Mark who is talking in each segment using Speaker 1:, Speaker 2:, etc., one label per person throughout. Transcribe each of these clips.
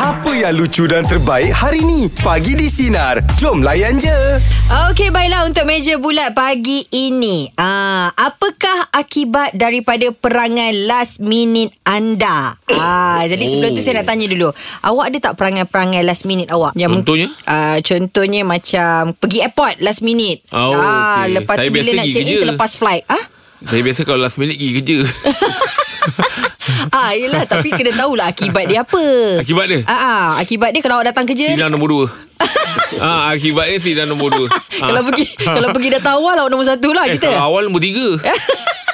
Speaker 1: Apa yang lucu dan terbaik hari ni? Pagi di Sinar. Jom layan je.
Speaker 2: Okey baiklah untuk meja bulat pagi ini. Ah, apakah akibat daripada perangai last minute anda? Ah, jadi
Speaker 3: Oh.
Speaker 2: sebelum tu saya nak tanya dulu. Awak ada tak perangai-perangai last minute awak? Yang
Speaker 3: Contohnya?
Speaker 2: Ah, contohnya macam pergi airport last minute. Ah,
Speaker 3: Oh, okey.
Speaker 2: lepas
Speaker 3: Saya
Speaker 2: tu bila
Speaker 3: biasa
Speaker 2: nak
Speaker 3: pergi
Speaker 2: check in
Speaker 3: kerja.
Speaker 2: terlepas flight. Ah?
Speaker 3: Saya biasa kalau last minute pergi kerja
Speaker 2: ah, yelah tapi kena tahulah akibat dia apa.
Speaker 3: Akibat dia?
Speaker 2: Ah, ah akibat dia kalau awak datang kerja
Speaker 3: Sidang nombor 2 ha, Akibatnya sidang nombor 2
Speaker 2: kalau pergi kalau pergi datang awal awak nombor satu lah
Speaker 3: Ah. eh,
Speaker 2: kita.
Speaker 3: Kalau awal nombor 3 ha.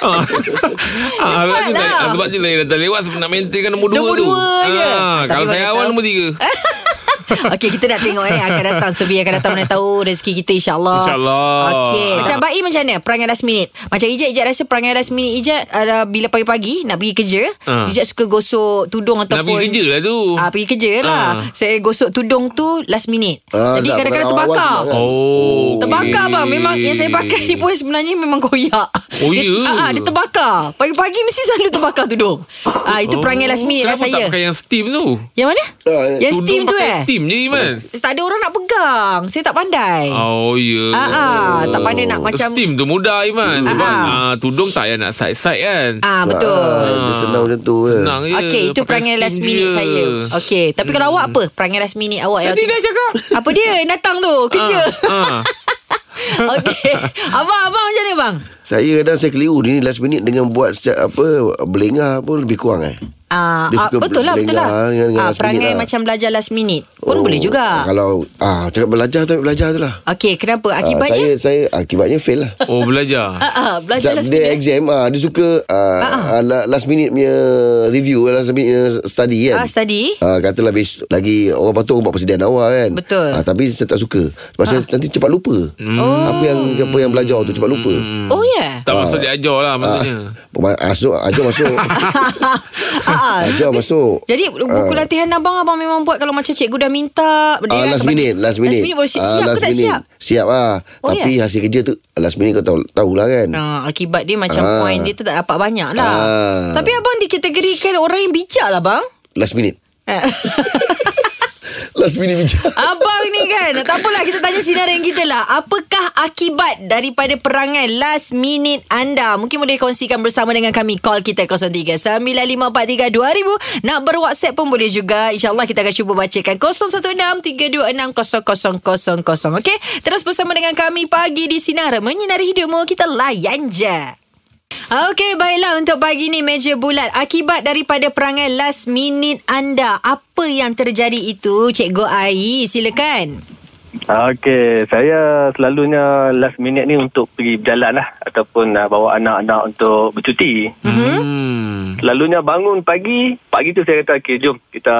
Speaker 3: ha, sebab, tu,
Speaker 2: Cepatlah.
Speaker 3: lah. sebab tu lah yang datang lewat sebab nak maintainkan nombor 2
Speaker 2: Nombor
Speaker 3: tu Ah,
Speaker 2: dua je. Tapi
Speaker 3: Kalau
Speaker 2: bagi
Speaker 3: saya
Speaker 2: tahu.
Speaker 3: awal nombor
Speaker 2: Eh,
Speaker 3: 3
Speaker 2: Okey kita nak tengok eh akan datang survey akan datang mana tahu rezeki kita insyaallah.
Speaker 3: InsyaAllah.
Speaker 2: Okey. Macam Baik macam mana perangai last minute? Macam Ijat Ijat rasa perangai last minute Ijat uh, bila pagi-pagi nak pergi kerja,
Speaker 3: Ah.
Speaker 2: Ijat suka gosok tudung
Speaker 3: Nak
Speaker 2: ataupun
Speaker 3: pergi kerja lah tu
Speaker 2: Ah pergi kerja lah.
Speaker 3: Ah.
Speaker 2: Saya gosok tudung tu last minute.
Speaker 4: Ah,
Speaker 2: Jadi
Speaker 4: tak,
Speaker 2: kadang-kadang
Speaker 4: bukan awal-awal
Speaker 2: terbakar.
Speaker 4: juga kan?
Speaker 3: Oh
Speaker 2: Terbakar
Speaker 3: okey.
Speaker 2: bang Memang yang saya pakai ni pun Sebenarnya memang koyak
Speaker 3: Oh,
Speaker 2: dia,
Speaker 3: ya?
Speaker 2: ah, ah, dia terbakar Pagi-pagi mesti selalu terbakar tudung ah, Itu perangai last minute lah
Speaker 3: Oh, Kenapa tak
Speaker 2: saya
Speaker 3: pakai yang steam tu
Speaker 2: Yang mana?
Speaker 4: Ah,
Speaker 2: yang
Speaker 3: Tudung
Speaker 2: steam tu
Speaker 3: pakai
Speaker 2: eh
Speaker 3: Steam je Iman
Speaker 2: Tak ada orang nak pegang Saya tak pandai
Speaker 3: Oh ya yeah.
Speaker 2: Ah, ah, tak pandai nak macam-
Speaker 3: Steam tu mudah Iman Sebab
Speaker 2: Ah, ah.
Speaker 3: ah, tudung tak payah nak side-side kan
Speaker 2: Ah
Speaker 4: Ah,
Speaker 2: Betul
Speaker 4: dia senang macam tu eh. je.
Speaker 3: Senang je
Speaker 2: Okey, itu
Speaker 3: Ya, Pakai
Speaker 2: perangai
Speaker 3: steam
Speaker 2: last minute
Speaker 3: je.
Speaker 2: saya. Okey, tapi kalau awak apa? Perangai last minute awak yang
Speaker 3: Tadi dah cakap
Speaker 2: Apa dia yang datang tu? Kerja.
Speaker 3: ah.
Speaker 2: Okey. Abang, abang macam mana bang?
Speaker 4: Saya kadang saya keliru ni last minute dengan buat setiap apa belengah pun lebih kurang eh.
Speaker 2: Ah,
Speaker 4: Dia
Speaker 2: ah,
Speaker 4: suka
Speaker 2: betul lah, betul lah.
Speaker 4: berlengah dengan- dengan
Speaker 2: Ah,
Speaker 4: last
Speaker 2: perangai
Speaker 4: minute lah.
Speaker 2: macam belajar last minute pun boleh juga.
Speaker 4: Kalau Oh, ah cakap belajar tak belajar tu lah.
Speaker 2: Okey, kenapa?
Speaker 4: Ah, saya
Speaker 2: Akibatnya?
Speaker 4: saya akibatnya fail lah.
Speaker 3: Oh belajar
Speaker 2: Ah, ah, belajar
Speaker 4: Sebab
Speaker 2: last
Speaker 4: dia
Speaker 2: minute.
Speaker 4: exam ah dia suka ah, ah, la- last minute punya review last minute punya study kan.
Speaker 2: Ah, study.
Speaker 4: Ah, katalah bes, lagi orang patut buat persediaan awal kan.
Speaker 2: Betul. Ah. Hmm.
Speaker 4: Ah, tapi saya tak suka. Sebab saya nanti cepat lupa. Apa yang apa yang belajar tu cepat lupa.
Speaker 2: Oh, yeah.
Speaker 3: Tak maksud dia ajar lah maksudnya
Speaker 4: Ah, masuk ajar masuk.
Speaker 2: Ah, ah.
Speaker 4: ajar masuk.
Speaker 2: Jadi buku latihan abang Abang memang buat Kalau macam cikgu dah minta dia kan
Speaker 4: Ah, last
Speaker 2: tak-
Speaker 4: minute, last
Speaker 2: Last
Speaker 4: minute.
Speaker 2: minute baru siap,
Speaker 4: Ah,
Speaker 2: siap ke
Speaker 4: last
Speaker 2: tak
Speaker 4: minute.
Speaker 2: siap
Speaker 4: Siap ah.
Speaker 2: Oh,
Speaker 4: Tapi
Speaker 2: ya?
Speaker 4: hasil kerja tu last minute kau tahu tahulah kan.
Speaker 2: Ah, akibat dia macam
Speaker 4: Ah.
Speaker 2: point dia tu tak dapat banyak lah
Speaker 4: Ah.
Speaker 2: Tapi abang dikategorikan orang yang bijak lah bang
Speaker 4: Last minute.
Speaker 2: Eh.
Speaker 4: Last minute bincang.
Speaker 2: Abang ni kan Tak apalah kita tanya sinaran kita lah Apakah akibat daripada perangai last minute anda Mungkin boleh kongsikan bersama dengan kami Call kita 03-9543-2000 Nak berwhatsapp pun boleh juga InsyaAllah kita akan cuba bacakan 016-326-0000 Okay Terus bersama dengan kami pagi di Sinar Menyinari hidupmu Kita layan je Okey, baiklah untuk pagi ni meja bulat. Akibat daripada perangai last minute anda, apa yang terjadi itu? Cikgu Ai, silakan.
Speaker 5: Okey, saya selalunya last minute ni untuk pergi berjalan lah ataupun uh, bawa anak-anak untuk bercuti.
Speaker 3: hmm.
Speaker 5: Selalunya bangun pagi, pagi tu saya kata okey jom kita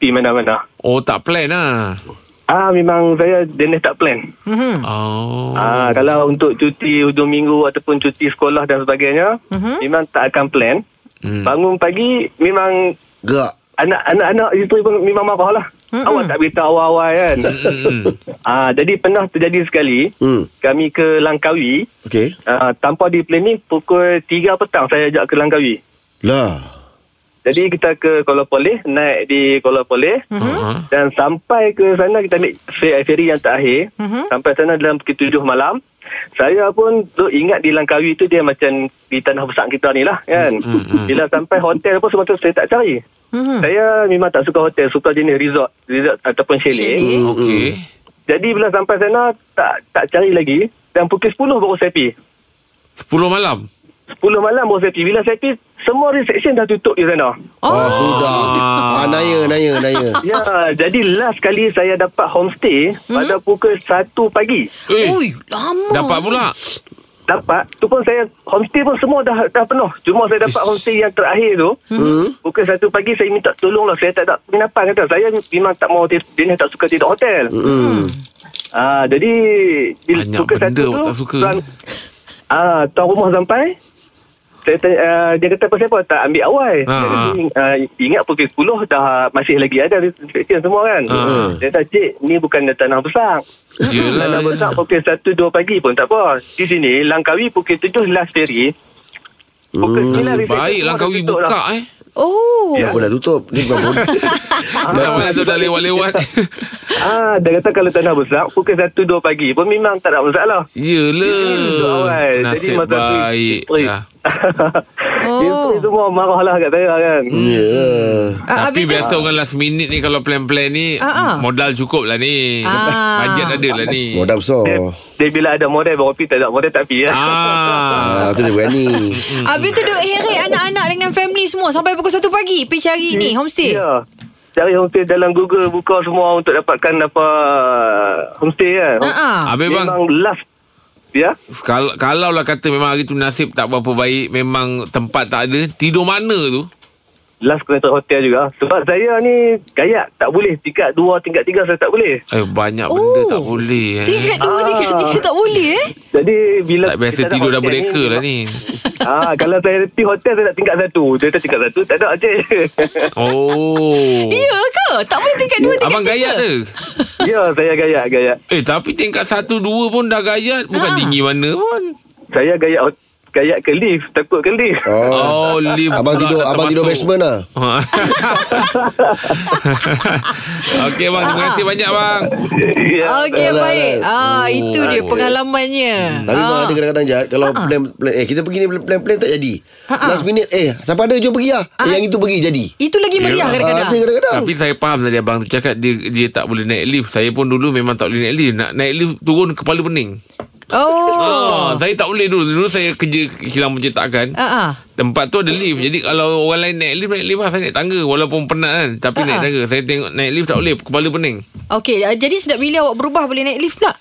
Speaker 5: pergi mana-mana.
Speaker 3: Oh tak plan lah
Speaker 5: Ah memang saya jenis tak plan.
Speaker 2: Mhm.
Speaker 3: Oh
Speaker 5: Ah kalau untuk cuti hujung minggu ataupun cuti sekolah dan sebagainya, memang tak akan plan.
Speaker 3: Mhm. Hmm.
Speaker 5: Bangun pagi memang
Speaker 4: Gerak.
Speaker 5: anak- anak-anak itu pun memang marah lah. Awak tak beritahu awal-awal kan.
Speaker 3: Hmm.
Speaker 5: ah jadi pernah terjadi sekali
Speaker 4: Hmm.
Speaker 5: kami ke Langkawi
Speaker 4: Okey.
Speaker 5: Uh, tanpa di planning pukul 3 petang saya ajak ke Langkawi.
Speaker 4: Lah.
Speaker 5: Jadi kita ke Kuala Poleh, naik di Kuala Poleh
Speaker 3: Ah.
Speaker 5: dan sampai ke sana kita ambil fe- feri yang terakhir. Sampai sana dalam pukul 7 malam. Saya pun tu ingat di Langkawi tu dia macam di tanah besar kita ni lah kan. Bila sampai hotel pun semata saya tak cari.
Speaker 2: Mhm.
Speaker 5: Saya memang tak suka hotel, suka jenis resort, resort ataupun chalet.
Speaker 3: Hmm.
Speaker 2: Chalet.
Speaker 3: Okey
Speaker 4: Hmm.
Speaker 5: Jadi bila sampai sana tak tak cari lagi dan pukul 10 baru saya pergi.
Speaker 3: 10 malam
Speaker 5: 10 malam baru saya pergi. Bila saya pergi, semua reception dah tutup di sana.
Speaker 4: Oh, ah, sudah. Ah, naya, naya, naya.
Speaker 5: Ya, jadi last kali saya dapat homestay hmm? pada pukul 1 pagi.
Speaker 3: Eh
Speaker 2: Ui, Hmm. lama.
Speaker 3: Dapat pula
Speaker 5: Dapat, tu pun saya, homestay pun semua dah dah penuh. Cuma saya dapat homestay yang terakhir tu, hmm? pukul 1 pagi saya minta tolong lah. Saya tak ada penginapan kata. Saya memang tak mau, dia dia ni tak suka tidur hotel.
Speaker 4: Hmm.
Speaker 5: Ah, jadi,
Speaker 3: Banyak benda awak tak suka.
Speaker 5: tuan, ah, tuan rumah sampai, saya tanya, uh, dia kata apa siapa tak ambil awal.
Speaker 3: Ha,
Speaker 5: Saya
Speaker 3: ha.
Speaker 5: kata, uh, ingat pukul 10 dah masih lagi ada restriction semua kan.
Speaker 3: Ha.
Speaker 5: Dia kata, cik, ni bukan tanah besar.
Speaker 3: Yelah
Speaker 5: Tanah besar pukul 1-2 pagi pun tak apa. Di sini, Langkawi pukul 7 last ferry. Pukul 9
Speaker 2: lah,
Speaker 3: Baik Langkawi buka eh
Speaker 2: Oh.
Speaker 4: Dah Hmm. pun dah tutup Ni bukan pun
Speaker 2: Ah.
Speaker 3: Awak tu dah lewat-lewat
Speaker 5: Ah, dia kata kalau tanah besar, pukul 1 2 pagi pun memang tak ada masalah.
Speaker 2: Hmm.
Speaker 5: Itu
Speaker 3: Yelah
Speaker 5: awal. Jadi
Speaker 3: Nasib
Speaker 5: masa tu
Speaker 3: baik
Speaker 5: isteri.
Speaker 3: lah.
Speaker 2: Oh.
Speaker 5: Isteri semua marahlah kat saya kan.
Speaker 4: Ya
Speaker 2: Ah,
Speaker 3: Tapi
Speaker 2: habis tu-
Speaker 3: biasa orang last minute ni Kalau plan-plan ni
Speaker 2: Ah, ah.
Speaker 3: Modal cukup lah ni
Speaker 2: Ah.
Speaker 3: Bajet ada lah ni
Speaker 4: Modal besar
Speaker 5: Dia, dia bila ada model baru pergi tak ada model tak pergi ya.
Speaker 3: Ah,
Speaker 4: Ah, tu dia berani
Speaker 2: Habis tu duk heret anak-anak dengan family semua sampai pukul 1 pagi pergi cari ni homestay.
Speaker 5: Ya. Cari homestay dalam Google buka semua untuk dapatkan apa homestay kan.
Speaker 2: Ha ah.
Speaker 3: Habis bang
Speaker 5: Memang last ya.
Speaker 3: kalau, kalau lah kata memang hari tu nasib tak berapa baik Memang tempat tak ada Tidur mana tu
Speaker 5: Last kena tak hotel juga Sebab saya ni Kayak tak boleh Tingkat dua, tingkat tiga Saya tak boleh
Speaker 3: Eh banyak benda
Speaker 2: Oh.
Speaker 3: tak boleh eh.
Speaker 2: Tingkat dua,
Speaker 5: Ah.
Speaker 2: tingkat tiga tak boleh eh.
Speaker 5: Jadi bila
Speaker 3: Tak biasa
Speaker 5: kita nak
Speaker 3: tidur dah
Speaker 5: hotel
Speaker 3: berdeka lah ni
Speaker 5: ah, Kalau saya pergi hotel Saya nak tingkat satu Dia kata tingkat satu Tak ada je
Speaker 3: Oh
Speaker 2: Ya ke? Tak boleh tingkat dua, tingkat
Speaker 3: Abang
Speaker 2: tiga.
Speaker 3: gayat ke?
Speaker 5: Ya saya gaya gaya
Speaker 3: Eh tapi tingkat 1 2 pun dah gayat Bukan
Speaker 2: Ah.
Speaker 3: tinggi mana pun
Speaker 5: Saya gaya gaya ke lift Takut ke lift
Speaker 3: Oh,
Speaker 4: Oh
Speaker 3: lift pula
Speaker 4: Abang tidur
Speaker 3: dah
Speaker 4: Abang tidur
Speaker 3: termasuk. Ha.
Speaker 4: basement lah
Speaker 3: Okey bang,
Speaker 2: Ah.
Speaker 3: terima kasih banyak bang.
Speaker 5: Ya.
Speaker 2: Okey
Speaker 4: Alah,
Speaker 2: baik.
Speaker 3: Oh,
Speaker 2: Ah itu dia
Speaker 3: aduh.
Speaker 2: pengalamannya. Ah.
Speaker 4: Tapi memang ada kadang-kadang jahat Kalau plan, plan Eh kita pergi ni plan-plan tak jadi
Speaker 2: Ah,
Speaker 4: Last minute Eh siapa ada jom pergi lah eh, Yang itu pergi jadi
Speaker 2: Itu lagi meriah
Speaker 3: Yelah.
Speaker 4: Ah,
Speaker 2: Ah, kadang-kadang.
Speaker 4: Ada kadang-kadang
Speaker 3: Tapi saya faham tadi abang tu cakap dia dia tak boleh naik lift. Saya pun dulu memang tak boleh naik lift. Nak naik lift turun kepala pening.
Speaker 2: Oh.
Speaker 3: Ah, saya tak boleh dulu. Dulu saya kerja kilang pencetakan.
Speaker 2: Ah ah.
Speaker 3: Tempat tu ada lift. Jadi kalau orang lain naik lift, naik lift lah. Saya naik tangga walaupun penat kan. Tapi
Speaker 2: Ah,
Speaker 3: naik
Speaker 2: ah.
Speaker 3: tangga. Saya tengok naik lift tak boleh. Kepala pening.
Speaker 2: Okey, ah, jadi sedap bila awak berubah boleh naik lift pula?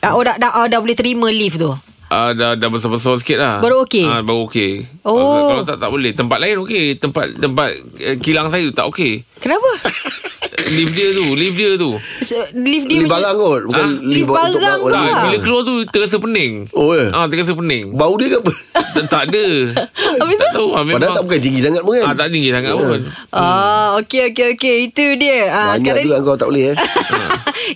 Speaker 2: Ah, oh, dah, dah, ah, dah boleh terima lift tu.
Speaker 3: Ah, dah dah besar-besar sikit lah
Speaker 2: Baru okey?
Speaker 3: ah, Baru okey
Speaker 2: Oh.
Speaker 3: Kalau tak tak boleh Tempat lain okey Tempat tempat eh, kilang saya tu tak okey
Speaker 2: Kenapa?
Speaker 3: Lift dia tu Lift dia tu
Speaker 2: So, lift dia
Speaker 4: Beli
Speaker 2: macam-
Speaker 4: barang kot Bukan
Speaker 3: Ah,
Speaker 2: beli barang
Speaker 4: untuk-
Speaker 2: lah.
Speaker 3: Tak, bila keluar tu terasa pening.
Speaker 4: Oh,
Speaker 2: ya?
Speaker 4: eh?
Speaker 3: Ah, terasa pening.
Speaker 4: Bau dia ke apa
Speaker 3: tak, tak ada.
Speaker 2: Habis tu?
Speaker 3: tak tahu. Ah, memang,
Speaker 4: Padahal tak bukan tinggi sangat pun
Speaker 3: Ah,
Speaker 4: kan
Speaker 3: tak tinggi sangat pun.
Speaker 2: Ah, okey okey okey, itu dia. Ah,
Speaker 4: Banyak juga kau tak boleh eh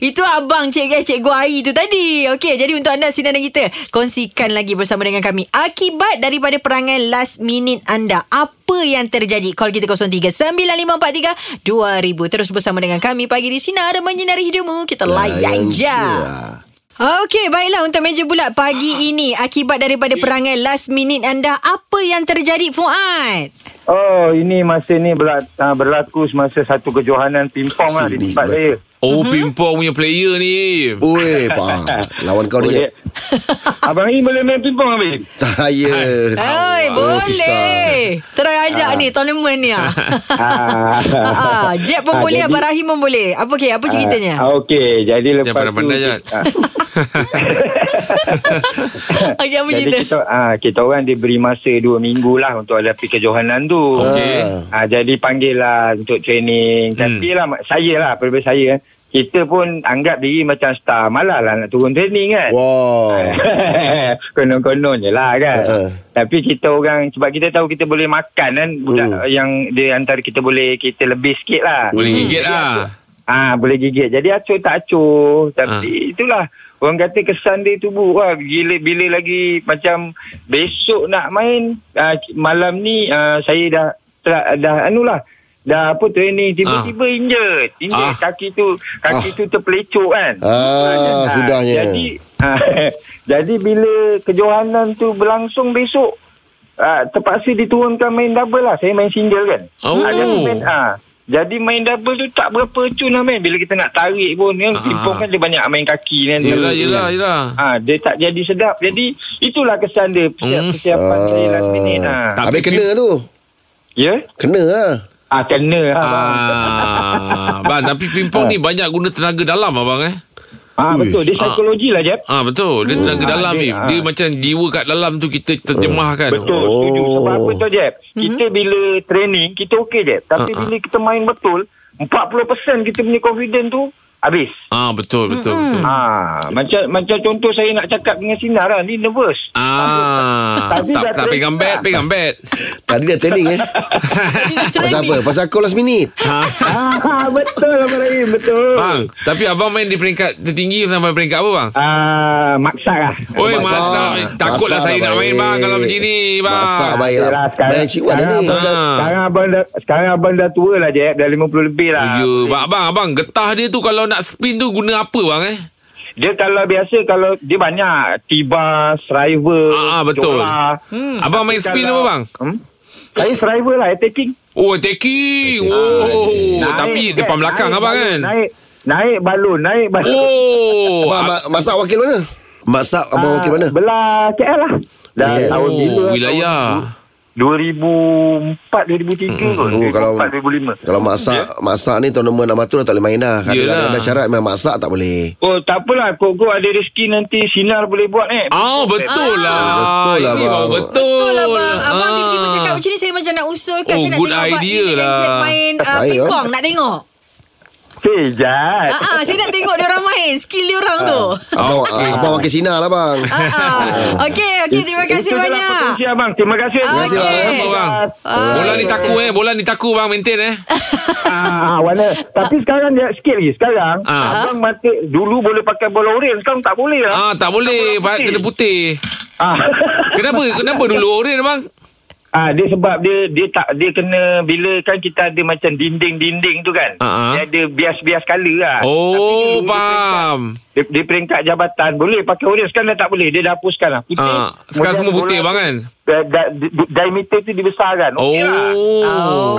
Speaker 2: Itu abang cik eh, cikgu Ai tu tadi. Okey, jadi untuk anda sinar dan kita kongsikan lagi bersama dengan kami akibat daripada perangai last minute anda. Apa yang terjadi? Call kita 0395432000 terus bersama dengan kami pagi di sinar menyinari hidupmu. Kita
Speaker 4: Ya,
Speaker 2: layan
Speaker 4: Layan lah.
Speaker 2: je. Okey, baiklah untuk meja bulat pagi ini akibat daripada perangai last minute anda apa yang terjadi Fuad?
Speaker 6: Oh, ini masa ni berla- ah, berlaku semasa satu kejohanan pingpong lah
Speaker 4: Sini,
Speaker 6: di tempat
Speaker 4: Mat.
Speaker 6: saya.
Speaker 3: Oh, pingpong punya player ni.
Speaker 4: Oi, pa. Lawan kau
Speaker 6: Boleh.
Speaker 4: dia.
Speaker 6: Abang ni boleh main pingpong habis?
Speaker 4: Saya.
Speaker 2: Hai, boleh. Terus ajak ni tournament ni ah. ah, Jeb pun boleh, Abang Rahim pun boleh. Apa okay, apa ceritanya?
Speaker 6: Ah, Okey, jadi
Speaker 3: Jangan
Speaker 6: lepas tu...
Speaker 3: pandai-pandai, Jad.
Speaker 6: Ah,
Speaker 2: Okey, apa
Speaker 6: jadi
Speaker 2: cerita?
Speaker 6: kita, ah, kita orang diberi masa dua minggu lah untuk hadapi kejohanan tu.
Speaker 3: Okey.
Speaker 6: Ah, jadi panggil lah untuk training. Tapi lah, mak- saya lah, peribadi saya kan. Kita pun anggap diri macam star. Malah lah nak turun training kan.
Speaker 4: Wow. Eh.
Speaker 6: Konon-konon je lah kan
Speaker 4: Uh-uh.
Speaker 6: Tapi kita orang Sebab kita tahu kita boleh makan kan Budak
Speaker 4: Hmm.
Speaker 6: yang Di antara kita boleh Kita lebih sikit lah
Speaker 3: Boleh gigit lah.
Speaker 6: Ah ha, Boleh gigit Jadi acuh tak
Speaker 4: Ah.
Speaker 6: acuh Tapi itulah Orang kata kesan dia tubuh Wah gila bila lagi Macam Besok nak main ah, Malam ni ah, Saya dah Dah, dah anu lah Dah apa training Tiba-tiba injet
Speaker 3: Ah.
Speaker 6: Injet kaki tu Kaki
Speaker 4: Ah.
Speaker 6: tu terpelecok kan
Speaker 4: Ah, sudahnya.
Speaker 6: Jadi ah, Jadi bila Kejohanan tu berlangsung besok ah, Terpaksa diturunkan main double lah Saya main single kan
Speaker 3: Oh.
Speaker 6: Ah, jadi main, ah, jadi main double tu tak berapa cun lah main Bila kita nak tarik pun kan
Speaker 3: Ah.
Speaker 6: Timpong kan dia banyak main kaki kan
Speaker 3: Yelah, yelah, yelah.
Speaker 6: Ah, dia tak jadi sedap. Jadi itulah kesan dia persiapan,
Speaker 3: Hmm.
Speaker 6: persiapan saya last minute. Ah.
Speaker 3: Tak-
Speaker 4: Habis kena tu.
Speaker 6: Ya?
Speaker 4: Kena lah.
Speaker 6: Ah kena lah. Ah,
Speaker 3: Ah, bang, tapi pingpong ni banyak guna tenaga dalam abang eh.
Speaker 6: ah betul dia psikologi lah Jeb.
Speaker 3: Ah betul, dia tenaga dalam ni. Dia macam jiwa kat dalam tu kita terjemahkan.
Speaker 6: Betul,
Speaker 4: Oh.
Speaker 6: oh. setuju. Sebab apa tu Jeb? Kita bila training, kita okey Jeb.
Speaker 3: Ah,
Speaker 6: Tapi
Speaker 3: ah.
Speaker 6: bila kita main betul, 40% kita punya confident tu habis.
Speaker 3: Ah betul, betul, betul.
Speaker 6: Ah, macam macam contoh saya nak cakap dengan Sinar lah, ni nervous.
Speaker 3: Ah,
Speaker 6: Tadi
Speaker 3: tak,
Speaker 6: dah
Speaker 3: tak
Speaker 6: train
Speaker 3: pegang
Speaker 6: tak?
Speaker 3: bet, pegang bet.
Speaker 4: Tadi dah training eh. Pasal apa? Pasal kau last minute.
Speaker 6: Ah, betul Abang Rahim, betul.
Speaker 3: Bang, tapi abang main di peringkat tertinggi sampai peringkat apa bang?
Speaker 6: Ah, maksak lah.
Speaker 3: Oi,
Speaker 4: Masak.
Speaker 3: Oh, masak. Takutlah
Speaker 4: Masak
Speaker 3: saya nak main
Speaker 4: baik.
Speaker 3: bang kalau macam ni, bang.
Speaker 4: Masak baik lah
Speaker 6: Yelah,
Speaker 4: Main
Speaker 6: sekarang,
Speaker 4: ciuat dah
Speaker 6: sekarang,
Speaker 4: ni
Speaker 6: abang dah,
Speaker 3: Ah.
Speaker 6: sekarang, abang dah, sekarang abang dah tua lah Jeb Dah 50 lebih lah
Speaker 3: Ya, bang, abang, abang, getah dia tu kalau nak spin tu guna apa bang eh?
Speaker 6: Dia kalau biasa Kalau dia banyak Tiba Driver
Speaker 3: Ah, ah, betul.
Speaker 6: hmm.
Speaker 3: Abang main spin apa bang?
Speaker 6: Hmm? Saya driver lah Attacking
Speaker 3: Oh, taking. Oh,
Speaker 6: Ah,
Speaker 3: tapi depan belakang abang
Speaker 6: balon,
Speaker 3: kan?
Speaker 6: Naik Naik balon Naik balon
Speaker 3: Oh,
Speaker 4: Abang ma- masak wakil mana? Masak abang wakil
Speaker 7: Ah,
Speaker 4: mana?
Speaker 6: Belah KL lah Dah
Speaker 4: Belah.
Speaker 6: tahun bila
Speaker 3: oh, wilayah.
Speaker 6: 2004 2003 kot
Speaker 4: Oh, kalau
Speaker 6: 2004 2005
Speaker 4: kalau masak masak ni tournament amatur tak boleh main dah. Kadang-kadang
Speaker 3: Ya. Yelah.
Speaker 4: ada syarat memang masak tak boleh.
Speaker 6: Oh tak apalah Kok-kok ada rezeki nanti Sinar boleh buat eh
Speaker 3: Oh, betul lah.
Speaker 4: Betul lah,
Speaker 3: Ini
Speaker 4: abang.
Speaker 3: baru betul.
Speaker 2: Betul lah bang Abang
Speaker 3: Ah.
Speaker 2: tiba-tiba cakap macam ni Saya macam nak usulkan
Speaker 3: Oh,
Speaker 2: Saya nak
Speaker 3: good
Speaker 2: tengok Abang
Speaker 3: idea
Speaker 2: Ini dan
Speaker 3: lah.
Speaker 2: Jack main uh,
Speaker 4: Baik,
Speaker 2: pingpong
Speaker 4: ah.
Speaker 2: Nak tengok Ah,
Speaker 6: Sejat
Speaker 2: ah, Saya nak tengok diorang main Skill
Speaker 6: Ah.
Speaker 2: diorang tu
Speaker 4: Abang
Speaker 3: Oh, Okey.
Speaker 4: abang wakil Sina lah bang.
Speaker 2: Ah, ah. Okey okey Terima kasih
Speaker 6: Itulah
Speaker 2: banyak
Speaker 6: potensi abang Terima kasih
Speaker 2: Terima
Speaker 4: kasih,
Speaker 2: Okey.
Speaker 3: Apa bang?
Speaker 2: Ah.
Speaker 3: Bola ni taku eh. Bola ni taku bang maintain eh.
Speaker 6: Ah, ah, warna. Tapi sekarang dia sikit lagi. Sekarang
Speaker 3: Ah.
Speaker 6: abang mati dulu boleh pakai bola oren, sekarang tak boleh lah.
Speaker 3: Ah, tak boleh. Pak kena putih.
Speaker 6: Ah.
Speaker 3: Kenapa? Kenapa dulu oren bang?
Speaker 6: ah, dia sebab dia dia tak dia kena bila kan kita ada macam dinding-dinding tu kan.
Speaker 3: Ah, ah.
Speaker 6: Dia ada bias-bias colour lah.
Speaker 3: Oh,
Speaker 6: Tapi dulu
Speaker 3: faham.
Speaker 6: Dia, dia peringkat jabatan boleh pakai oren sekarang dah tak boleh. Dia dah hapuskan lah. Putih.
Speaker 3: Ah, sekarang semua putih bang kan?
Speaker 6: Da, da, da, diameter tu dibesarkan. Okey lah.
Speaker 3: Oh.
Speaker 2: Oh,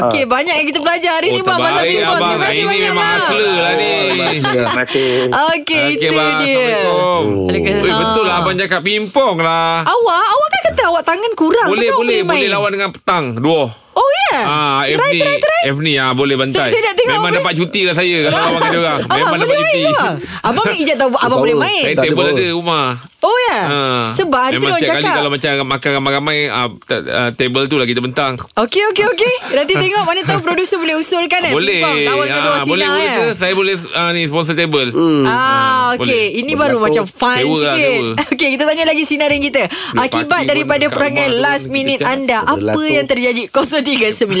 Speaker 6: Ah.
Speaker 2: okey banyak yang kita belajar hari
Speaker 3: Oh,
Speaker 2: ni bang pasal
Speaker 3: terbaik
Speaker 2: pingpong.
Speaker 3: abang.
Speaker 2: Terima kasih
Speaker 3: Ini
Speaker 2: banyak
Speaker 3: memang
Speaker 2: bang.
Speaker 3: hustler lah ni.
Speaker 6: Terima kasih.
Speaker 2: Okey,
Speaker 3: Okey
Speaker 2: itu
Speaker 3: bang.
Speaker 2: dia.
Speaker 3: Assalamualaikum.
Speaker 2: Waalaikumsalam.
Speaker 3: Eh, betul lah abang cakap pingpong lah.
Speaker 2: Awak, awak kan kata awak tangan kurang.
Speaker 3: Boleh
Speaker 2: Takkan awak
Speaker 3: boleh
Speaker 2: main?
Speaker 3: boleh lawan dengan petang. Dua.
Speaker 2: Oh ya.
Speaker 3: Ah,
Speaker 2: Yeah.
Speaker 3: Evni.
Speaker 2: try, try.
Speaker 3: Evni ah boleh bantai.
Speaker 2: Saya- saya nak tengok
Speaker 3: Memang
Speaker 2: boleh.
Speaker 3: dapat cuti lah saya kalau lawan dengan dia orang.
Speaker 2: Abang
Speaker 3: Memang
Speaker 2: boleh
Speaker 3: dapat
Speaker 2: main
Speaker 3: cuti.
Speaker 2: ke? Abang ambil ijat tahu abang
Speaker 4: Power.
Speaker 2: boleh main.
Speaker 3: Saya
Speaker 4: Tak ada
Speaker 3: table
Speaker 4: bawah.
Speaker 3: ada rumah.
Speaker 2: Oh ya.
Speaker 3: Ah.
Speaker 2: Sebab hari tu
Speaker 3: Memang
Speaker 2: orang
Speaker 3: tiap kali
Speaker 2: cakap.
Speaker 3: kalau macam makan ramai-ramai ah, ta- ah, table tu lah kita bentang.
Speaker 2: Okey okey okey. Nanti tengok mana tahu producer boleh usulkan eh.
Speaker 3: boleh.
Speaker 2: Bang, lawan kedua
Speaker 3: Ah, boleh
Speaker 2: Sina
Speaker 3: boleh
Speaker 2: eh.
Speaker 3: saya- saya boleh ah, ni sponsor table.
Speaker 4: Hmm.
Speaker 2: Ah,
Speaker 3: boleh.
Speaker 2: okey. Ini baru macam fun
Speaker 3: Sewa lah,
Speaker 2: sikit.
Speaker 3: sewa.
Speaker 2: Okey, kita tanya lagi sinarin kita. Akibat
Speaker 3: parti
Speaker 2: daripada
Speaker 3: pun kat
Speaker 2: perangai
Speaker 3: rumah tu
Speaker 2: last
Speaker 3: kita
Speaker 2: minute
Speaker 3: cakap.
Speaker 2: anda, apa
Speaker 4: Berlatur.
Speaker 2: yang terjadi?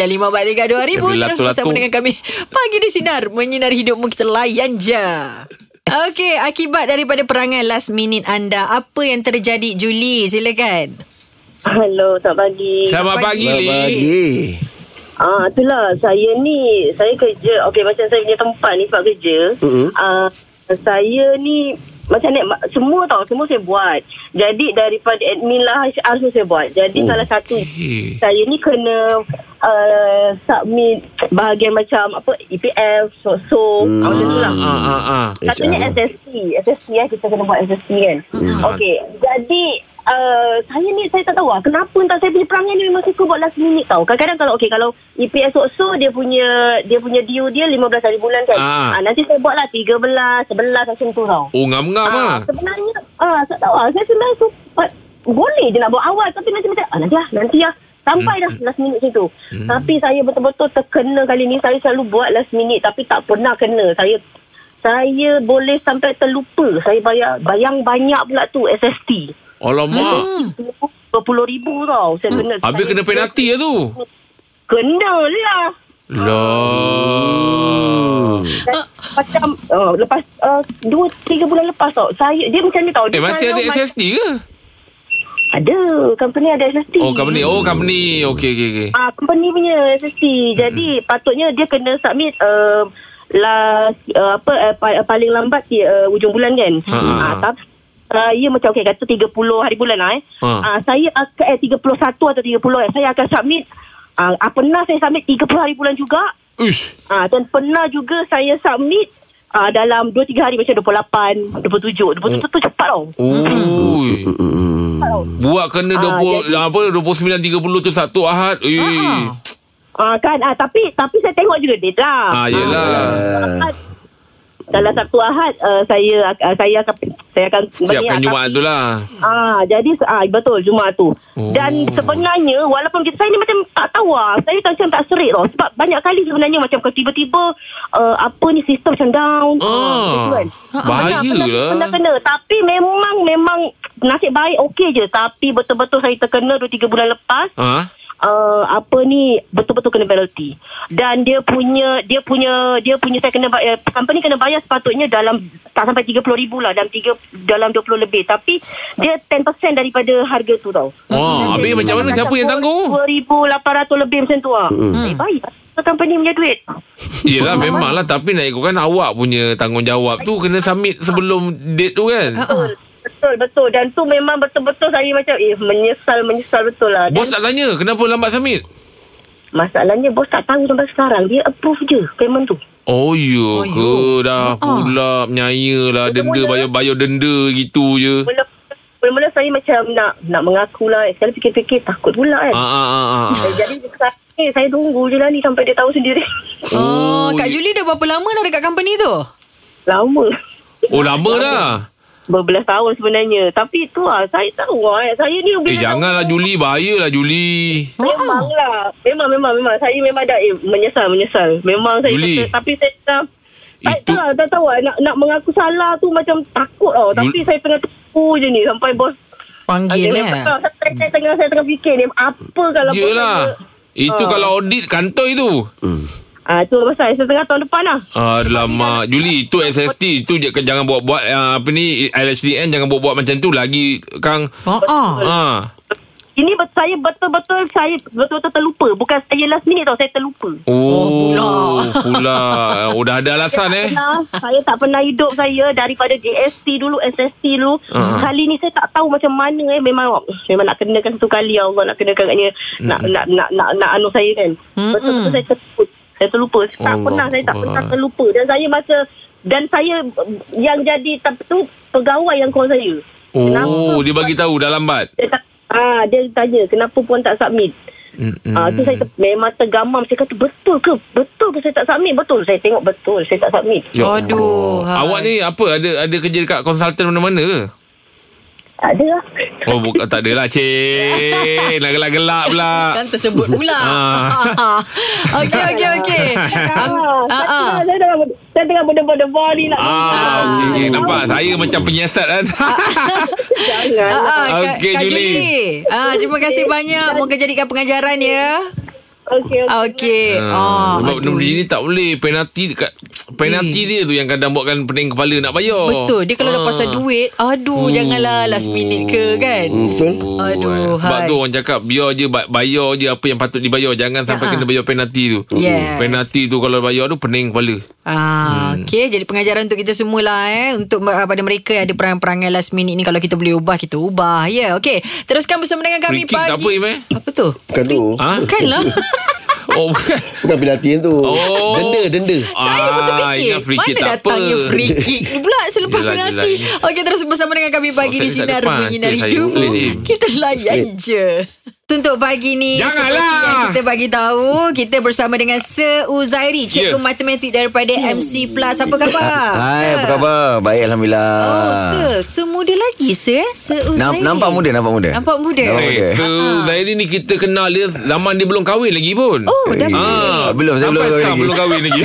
Speaker 2: 0395432000 terus
Speaker 3: Berlatur-latur.
Speaker 2: bersama dengan kami. Pagi di sinar menyinari hidupmu kita layan je. Okey, akibat daripada perangai last minute anda, apa yang terjadi Julie? Silakan.
Speaker 7: Hello, selamat pagi.
Speaker 3: Selamat pagi.
Speaker 4: Selamat
Speaker 3: Li.
Speaker 4: pagi.
Speaker 7: Ah, itulah saya ni, saya kerja, okey macam saya punya tempat ni sebab kerja.
Speaker 4: Mm-mm.
Speaker 7: Ah, saya ni macam naik ma- semua tau, semua saya buat. Jadi daripada admin lah HR semua saya buat. Jadi
Speaker 4: Oh.
Speaker 7: oh. salah satu
Speaker 3: Okey.
Speaker 7: saya ni kena uh, submit bahagian macam apa E EPF, so so
Speaker 4: Hmm. Eh,
Speaker 7: hmm. macam tu lah.
Speaker 3: Ah ah ah.
Speaker 7: Katanya
Speaker 4: HR.
Speaker 7: SST SST eh Kita kena buat SST kan Okay Jadi uh, Saya ni Saya tak tahu lah Kenapa tak Saya punya perangai ni Memang suka buat last minute tau Kadang-kadang kalau Okay kalau EPS so Dia punya Dia punya due dia 15 hari bulan kan
Speaker 3: Ah.
Speaker 7: ah. Nanti saya buat lah 13 11 macam tu tau
Speaker 3: Oh ngam-ngam ah.
Speaker 7: Ah, Sebenarnya ah, Tak tahu lah Saya sebenarnya suka Boleh je nak buat awal Tapi macam-macam ah, Nanti lah Nanti lah
Speaker 3: Hmm,
Speaker 7: Sampai dah last minute macam tu Tapi saya betul-betul terkena kali ni Saya selalu buat last minute Tapi tak pernah kena Saya saya boleh sampai terlupa Saya bayar Bayang banyak pula tu SST
Speaker 2: Hmm.
Speaker 3: Alamak.
Speaker 7: RM20,000 tau Saya kena
Speaker 3: Hmm. Habis
Speaker 7: saya-
Speaker 3: kena penalti lah tu.
Speaker 7: Kena lah
Speaker 3: Lah.
Speaker 7: Dan Macam uh, Lepas uh, Dua tiga bulan lepas tau Saya Dia macam ni tau
Speaker 3: Eh
Speaker 7: dia
Speaker 3: masih ada
Speaker 7: kalau ma-
Speaker 3: SST ke?
Speaker 7: Ada Company ada SST
Speaker 3: Oh company. Oh company. Okey okey okey.
Speaker 7: Ah, company punya SST.
Speaker 3: Hmm.
Speaker 7: Jadi patutnya dia kena submit uh, last uh, apa uh, pa- uh, paling lambat di uh, ujung bulan kan.
Speaker 3: Ha.
Speaker 7: Ah, tapi saya macam okay, kata 30 hari bulan lah eh.
Speaker 3: Ha.
Speaker 7: Ah, saya akan eh 31 atau 30 eh saya akan submit ah ah, pernah saya submit 30 hari bulan juga.
Speaker 3: Uish.
Speaker 7: Ah dan pernah juga saya submit ah dalam 2 3 hari macam 28, 27. 27 tu cepat tau.
Speaker 3: Ui.
Speaker 4: Hmm.
Speaker 3: Buat kena
Speaker 7: Ah,
Speaker 3: 20 apa 29 30 tu Sabtu Ahad. Eh.
Speaker 7: Ah kan ah tapi tapi saya tengok juga date lah.
Speaker 3: Ah yalah.
Speaker 4: Ah.
Speaker 7: dalam Sabtu Ahad uh, saya uh, saya akan saya akan
Speaker 3: Siapkan
Speaker 7: berniat.
Speaker 3: Jumaat tu lah.
Speaker 7: Ah, jadi ah betul Jumaat tu. Oh. Dan sebenarnya walaupun kita saya ni macam tak tahu ah, saya tak macam tak serik tau sebab banyak kali sebenarnya macam kalau tiba-tiba uh, apa ni sistem macam down.
Speaker 3: Ah.
Speaker 7: kan.
Speaker 3: Bahaya
Speaker 7: pernah,
Speaker 3: lah.
Speaker 7: Pernah kena tapi memang memang nasib baik okey je tapi betul-betul saya terkena 2 3 bulan lepas.
Speaker 3: Ha?
Speaker 7: uh, apa ni betul-betul kena penalty dan dia punya dia punya dia punya saya kena bayar company kena bayar sepatutnya dalam tak sampai 30 ribu lah dalam 3 dalam 20 lebih tapi dia 10% daripada harga tu tau
Speaker 3: Oh, habis macam mana? Siapa yang tanggung?
Speaker 7: 2800 lebih macam tu ah eh, baik company punya duit
Speaker 3: Yelah memanglah Tapi nak ikutkan awak punya Tanggungjawab tu Kena submit sebelum date tu kan
Speaker 2: Uh-uh.
Speaker 7: betul betul dan tu memang betul-betul saya macam eh menyesal menyesal betul lah
Speaker 3: Bos tak tanya Kenapa lambat submit
Speaker 7: masalahnya bos tak tahu sampai sekarang dia approve je payment tu
Speaker 3: Oh ya
Speaker 2: Oh,
Speaker 3: ke
Speaker 2: ya.
Speaker 3: Dah
Speaker 2: Ha-ha.
Speaker 3: pula Menyaya lah Denda
Speaker 7: mula-
Speaker 3: Bayar-bayar denda gitu je
Speaker 7: mula mula-mula saya macam nak nak mengakulah eh, sekali fikir-fikir takut pula kan
Speaker 3: Ah,
Speaker 7: ah.
Speaker 3: ah, ah, ah.
Speaker 7: jadi sekarang ni saya tunggu je lah ni sampai dia tahu sendiri
Speaker 2: Oh, Kak
Speaker 3: ye-
Speaker 2: Julie dah berapa lama dah dekat company tu?
Speaker 7: lama
Speaker 3: Oh lama dah
Speaker 7: berbelas tahun sebenarnya tapi tu lah saya tahu lah eh. saya ni
Speaker 3: Eh janganlah Juli Bahayalah Juli
Speaker 7: memang
Speaker 2: Ah, Oh.
Speaker 7: lah memang memang memang saya memang dah eh, menyesal menyesal memang saya
Speaker 3: Juli.
Speaker 7: kata, tapi saya dah tak
Speaker 3: Itu-
Speaker 7: tahu lah, tak tahu lah. Nak, nak mengaku salah tu macam takut tau. Tapi
Speaker 3: Jul-
Speaker 7: saya tengah tunggu je ni sampai bos.
Speaker 2: Panggil
Speaker 7: Saya
Speaker 2: eh.
Speaker 7: tengah- saya, saya, tengah, saya tengah fikir ni apa kalau bos
Speaker 3: Yelah
Speaker 7: saya-
Speaker 3: Itu
Speaker 7: Ah.
Speaker 3: kalau audit kantor itu
Speaker 7: Ah, tu pasal saya tengah tahun depan lah.
Speaker 3: Alamak Juli itu SST Itu je jangan buat-buat ah, Apa ni LHDN jangan buat-buat macam tu Lagi Kang
Speaker 2: Oh,
Speaker 3: Ah,
Speaker 7: Ini bet- saya betul-betul saya betul-betul terlupa. Bukan saya last minute tau, saya terlupa.
Speaker 3: Oh,
Speaker 2: pula.
Speaker 3: pula. Oh, dah ada alasan eh.
Speaker 7: Nah, saya tak pernah hidup saya daripada JST dulu, SST dulu.
Speaker 3: Ah.
Speaker 7: Kali ni saya tak tahu macam mana eh memang memang nak kenakan satu kali ya Allah nak kenakan katnya
Speaker 3: Hmm.
Speaker 7: nak nak nak nak, nak anu saya kan. Betul-betul saya terlupa. Saya terlupa. Saya tak
Speaker 3: Allah
Speaker 7: pernah saya tak
Speaker 3: Akbar.
Speaker 7: pernah terlupa dan saya masa dan saya eh, yang jadi tapi tu pegawai yang call saya.
Speaker 3: Oh, dia bagi tahu dah lambat.
Speaker 7: dia tak, ah dia tanya kenapa puan tak submit.
Speaker 3: Mm-mm.
Speaker 7: Ah tu saya ter, memang tergamam saya kata betul ke betul ke saya tak submit betul saya tengok betul saya tak submit.
Speaker 3: Ya Allah.
Speaker 2: Aduh, hai.
Speaker 3: Awak ni apa ada ada kerja dekat konsultan mana-mana ke?
Speaker 7: Tak ada lah.
Speaker 3: Oh, bukan tak adalah, cik. Nak gelak-gelak pula.
Speaker 2: Kan tersebut pula.
Speaker 3: Ah.
Speaker 2: okey, okey, okey. Um,
Speaker 7: Ah,
Speaker 2: ah, ah.
Speaker 7: saya tengah- saya tengah saya tengah benda-benda ni nak
Speaker 3: Ah, okey, okey, nampak saya macam penyiasat kan.
Speaker 2: Ah,
Speaker 7: jangan.
Speaker 2: ah, Kak-
Speaker 3: Okey,
Speaker 2: Kak
Speaker 3: Julie.
Speaker 2: Julie. Ah, terima kasih banyak. Moga jadikan pengajaran ya.
Speaker 7: Okey.
Speaker 2: Ah, Okey.
Speaker 3: Ah,
Speaker 2: Ah,
Speaker 3: sebab
Speaker 2: aduh. Hmm.
Speaker 3: benda ni tak boleh penalti dekat penalti dia tu yang kadang buatkan pening kepala nak bayar. Ah.
Speaker 2: Betul. Dia kalau dah pasal duit, aduh
Speaker 3: Hmm.
Speaker 2: janganlah last minute ke kan.
Speaker 4: Betul?
Speaker 2: Aduh,
Speaker 3: Oh, eh. Sebab
Speaker 2: hai.
Speaker 3: tu orang cakap Biar je ba- Bayar je apa yang patut dibayar Jangan sampai
Speaker 2: Ha-ha.
Speaker 3: kena bayar penalti tu
Speaker 2: Yes.
Speaker 3: Penalti tu kalau bayar tu Pening kepala
Speaker 2: Ah, hmm. okey jadi pengajaran untuk kita semualah eh untuk uh, pada mereka yang ada perangai-perangai last minute ni kalau kita boleh ubah kita ubah. Ya, yeah, okey. Teruskan bersama dengan kami
Speaker 3: Free kick
Speaker 2: pagi.
Speaker 3: tak apa, Im, eh?
Speaker 2: Apa tu?
Speaker 4: Bukan tu.
Speaker 7: Ah.
Speaker 3: Ha?
Speaker 2: Bukanlah.
Speaker 3: Oh bukan
Speaker 4: Bukan penaltian tu.
Speaker 3: Oh.
Speaker 4: Denda, denda.
Speaker 2: Saya pun terfikir
Speaker 3: ingat free kick
Speaker 2: Mana
Speaker 3: tak
Speaker 2: datangnya
Speaker 3: apa.
Speaker 2: free kick ni pula Selepas
Speaker 3: Yelah,
Speaker 2: penalti
Speaker 3: yelah.
Speaker 2: Okey terus bersama dengan kami pagi
Speaker 3: Oh,
Speaker 2: di
Speaker 3: saya tak
Speaker 2: Sinar
Speaker 3: depan.
Speaker 2: Menyinari
Speaker 3: Saya- saya
Speaker 2: Hidup
Speaker 3: slip ni.
Speaker 2: Kita layan je untuk pagi ni
Speaker 3: Janganlah.
Speaker 2: seperti yang kita bagi tahu Kita bersama dengan Sir Uzairi Cikgu
Speaker 3: Ya.
Speaker 2: Matematik daripada MC Plus Apa khabar?
Speaker 8: Hai, apa khabar? Baik, Alhamdulillah.
Speaker 2: Oh, Sir. Sir muda lagi, Sir. eh? Sir Uzairi.
Speaker 8: Nam- nampak muda, nampak muda.
Speaker 2: Nampak muda.
Speaker 8: Nampak
Speaker 3: Eh,
Speaker 8: muda.
Speaker 3: so Zairi ni kita kenal dia Zaman dia belum kahwin lagi pun
Speaker 2: Oh, dah
Speaker 8: Eh,
Speaker 2: kahwin.
Speaker 3: Ah,
Speaker 8: Belum, saya
Speaker 3: Sampai
Speaker 8: belum kahwin
Speaker 3: sekarang
Speaker 8: lagi.
Speaker 3: belum kahwin lagi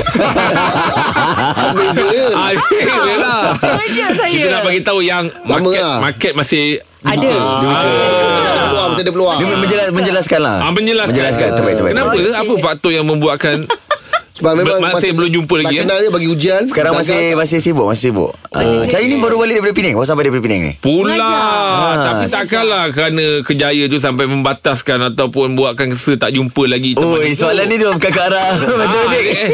Speaker 4: Beza dia.
Speaker 3: Ah,
Speaker 8: lah.
Speaker 3: yelah.
Speaker 2: Terkejut saya.
Speaker 3: Kita nak bagi tahu yang
Speaker 4: Lama
Speaker 3: market,
Speaker 4: lah.
Speaker 3: market masih
Speaker 2: Ada.
Speaker 8: Ah,
Speaker 4: Ada peluang, Macam ada peluang.
Speaker 8: Dia menjelas, menjelaskan lah.
Speaker 3: ah, menjelaskan.
Speaker 8: Menjelaskan, terbaik, terbaik.
Speaker 3: Kenapa?
Speaker 8: terbaik.
Speaker 3: Apa faktor yang membuatkan
Speaker 4: Sebab memang
Speaker 3: Masih belum jumpa
Speaker 4: tak
Speaker 3: lagi, eh?
Speaker 4: kenal dia bagi ujian.
Speaker 8: Sekarang
Speaker 4: Tak
Speaker 8: masih
Speaker 4: kenal.
Speaker 8: masih sibuk, masih sibuk. Ah, saya ni baru balik daripada Penang. Baru sampai daripada Penang ni.
Speaker 3: Pula
Speaker 8: Mengajar.
Speaker 3: Tapi
Speaker 8: Ah,
Speaker 3: takkanlah Kerana kejaya tu Sampai membataskan Ataupun buatkan Kesa tak jumpa lagi
Speaker 8: Oh,
Speaker 3: tempat
Speaker 8: eh,
Speaker 3: itu.
Speaker 8: soalan ni dia bukan ke arah
Speaker 3: Ah,
Speaker 8: matematik.
Speaker 3: eh,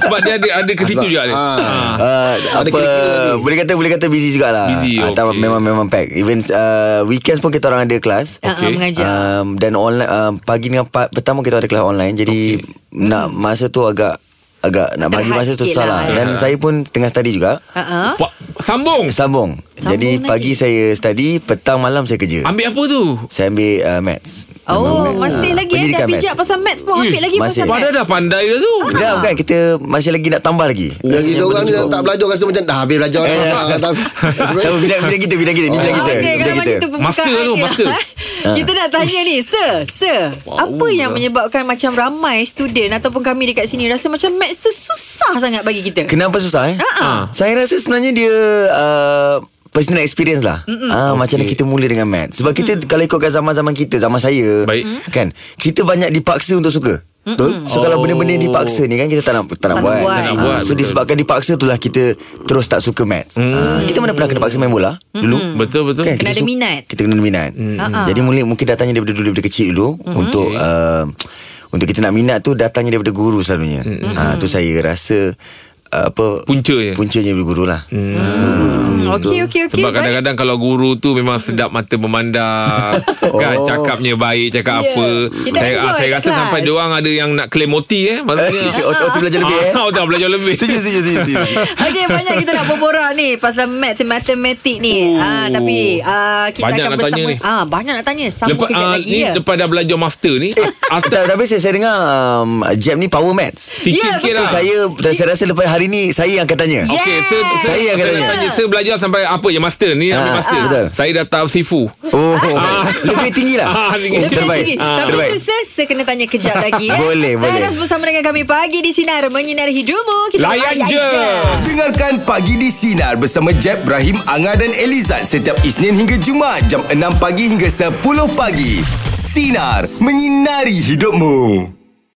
Speaker 3: Sebab Ya, dia ada Ada ke situ juga ni
Speaker 4: Ah.
Speaker 8: Uh,
Speaker 4: Ada
Speaker 8: apa
Speaker 4: kira-kira ni.
Speaker 8: boleh kata boleh kata busy jugalah.
Speaker 3: Busy,
Speaker 8: Ah, tak,
Speaker 3: okey.
Speaker 8: memang memang pack. Even uh, weekends pun kita orang ada kelas.
Speaker 2: Ah, ah,
Speaker 3: Okey.
Speaker 2: mengajar.
Speaker 8: Um, dan online um, pagi dengan pa- petang pun kita ada kelas online. Jadi
Speaker 3: Okey.
Speaker 8: nak masa tu agak agak nak bagi
Speaker 2: Terhad
Speaker 8: masa tu
Speaker 2: sikit
Speaker 8: susah
Speaker 2: lah,
Speaker 8: lah.
Speaker 2: eh.
Speaker 8: Dan saya pun tengah study juga.
Speaker 2: Uh-huh.
Speaker 3: Pa- Sambung
Speaker 8: Sambung. Jadi
Speaker 2: lagi.
Speaker 8: pagi saya study, petang malam saya kerja.
Speaker 3: Ambil apa tu
Speaker 8: saya ambil uh, maths.
Speaker 2: Oh,
Speaker 8: Memang maths.
Speaker 2: masih
Speaker 8: Ah,
Speaker 2: lagi eh.
Speaker 8: pendidikan
Speaker 2: Dah
Speaker 8: maths.
Speaker 2: pijak pasal maths pun. Ambil
Speaker 3: Ih,
Speaker 2: lagi
Speaker 8: masih.
Speaker 2: pasal
Speaker 3: Padahal
Speaker 2: maths.
Speaker 3: dah pandai dah tu
Speaker 2: Ah.
Speaker 8: Dah bukan kan? kita masih lagi nak tambah lagi.
Speaker 4: Yang
Speaker 8: Rasanya
Speaker 4: kita
Speaker 8: belum
Speaker 4: orang ni
Speaker 8: cukup.
Speaker 4: tak belajar rasa macam dah habis belajar.
Speaker 8: Eh,
Speaker 4: dah. Ah,
Speaker 8: tak-
Speaker 4: Tapi-
Speaker 8: Tahu bidang bidang kita bidang kita ni bidang kita.
Speaker 2: Ah, Okey, kalau
Speaker 8: bidang
Speaker 2: macam
Speaker 8: kita.
Speaker 2: tu pembukaan
Speaker 3: Master tu,
Speaker 2: ni lah.
Speaker 3: master.
Speaker 2: Kita nak tanya ni, Sir, Sir,
Speaker 3: Wow
Speaker 2: apa yang
Speaker 3: lah.
Speaker 2: menyebabkan macam ramai student ataupun kami dekat sini rasa macam maths tu susah sangat bagi kita?
Speaker 8: Kenapa susah eh?
Speaker 2: Ha-ha.
Speaker 8: Saya rasa sebenarnya dia uh, personal experience lah. Ah okay. macam mana kita mula dengan Matt. Sebab kita mm. kalau ikutkan zaman-zaman kita, zaman saya
Speaker 3: Baik.
Speaker 8: kan, kita banyak dipaksa untuk suka. Betul? So oh.
Speaker 3: Oh.
Speaker 8: kalau benda-benda yang dipaksa ni kan kita tak nak tak
Speaker 2: Tak nak
Speaker 8: nak buat.
Speaker 2: buat. Tak
Speaker 3: nak
Speaker 8: Ah,
Speaker 3: buat,
Speaker 8: so
Speaker 3: betul.
Speaker 8: disebabkan dipaksa itulah kita terus tak suka maths.
Speaker 3: Mm.
Speaker 8: Ah, kita mana pernah kena paksa main bola dulu?
Speaker 3: Betul betul.
Speaker 2: Kena
Speaker 8: Kan, kita
Speaker 2: ada
Speaker 8: su-
Speaker 2: minat.
Speaker 8: Kita kena ada minat. Hmm.
Speaker 2: Ah, Mhm. ah.
Speaker 8: Jadi mungkin mungkin datangnya daripada dulu daripada kecil dulu untuk uh, untuk kita nak minat tu datangnya daripada guru selalunya.
Speaker 2: Hmm.
Speaker 8: Ah tu saya rasa uh, apa
Speaker 3: Puncanya.
Speaker 8: puncanya daripada guru lah.
Speaker 2: Hmm, okey okey okey.
Speaker 3: Sebab
Speaker 2: baik.
Speaker 3: kadang-kadang kalau guru tu memang sedap mata memandang kan
Speaker 8: Oh.
Speaker 3: cakapnya baik
Speaker 2: Ya.
Speaker 3: cakap apa.
Speaker 2: Kita
Speaker 3: saya
Speaker 2: enjoy
Speaker 3: ah, saya
Speaker 2: kat
Speaker 3: rasa
Speaker 2: kelas.
Speaker 3: sampai diorang ada yang nak claim OT eh maksudnya.
Speaker 8: Eh, Otak otak belajar lebih eh.
Speaker 3: Ah, otak belajar lebih.
Speaker 8: Setuju setuju setuju, setuju.
Speaker 2: Okey banyak kita nak berborak ni pasal maths dan matematik ni.
Speaker 3: Oh.
Speaker 2: Ah tapi ah kita
Speaker 3: Banyak
Speaker 2: akan
Speaker 3: nak
Speaker 2: bersama
Speaker 3: tanya ni.
Speaker 2: ah banyak nak tanya sambung
Speaker 3: Lepas,
Speaker 2: kejap
Speaker 3: ah,
Speaker 2: lagi
Speaker 3: ni
Speaker 2: ya.
Speaker 3: lepas dah belajar master ni
Speaker 8: Ta-
Speaker 3: after
Speaker 8: Tapi saya, saya dengar um, Jam ni power maths
Speaker 3: sikit
Speaker 2: Ya,
Speaker 3: sikit
Speaker 2: betul.
Speaker 3: lah.
Speaker 8: Saya saya rasa lepas hari ni Saya yang akan tanya
Speaker 2: Ya.
Speaker 3: Okey, saya,
Speaker 2: Yes.
Speaker 8: Saya akan
Speaker 3: nak
Speaker 8: tanya.
Speaker 3: tanya. Saya belajar sampai apa je master ni ambil
Speaker 8: Ah,
Speaker 3: master.
Speaker 8: betul.
Speaker 3: Saya dah tahap sifu.
Speaker 8: Oh, lebih tinggi lah.
Speaker 3: Ah, tinggi.
Speaker 8: Oh,
Speaker 2: Lebih
Speaker 8: terbaik.
Speaker 2: tinggi.
Speaker 8: Ah.
Speaker 2: Tapi
Speaker 8: terbaik.
Speaker 2: itu saya, saya kena tanya kejap lagi ya.
Speaker 8: Boleh, boleh.
Speaker 2: Terus bersama dengan kami pagi di Sinar Menyinari Hidupmu. Kita
Speaker 3: Layan je.
Speaker 1: Dengarkan Pagi di Sinar bersama Jeb, Ibrahim, Anga dan Elizad setiap Isnin hingga Jumaat jam 6 pagi hingga 10 pagi. Sinar. Menyinari hidupmu.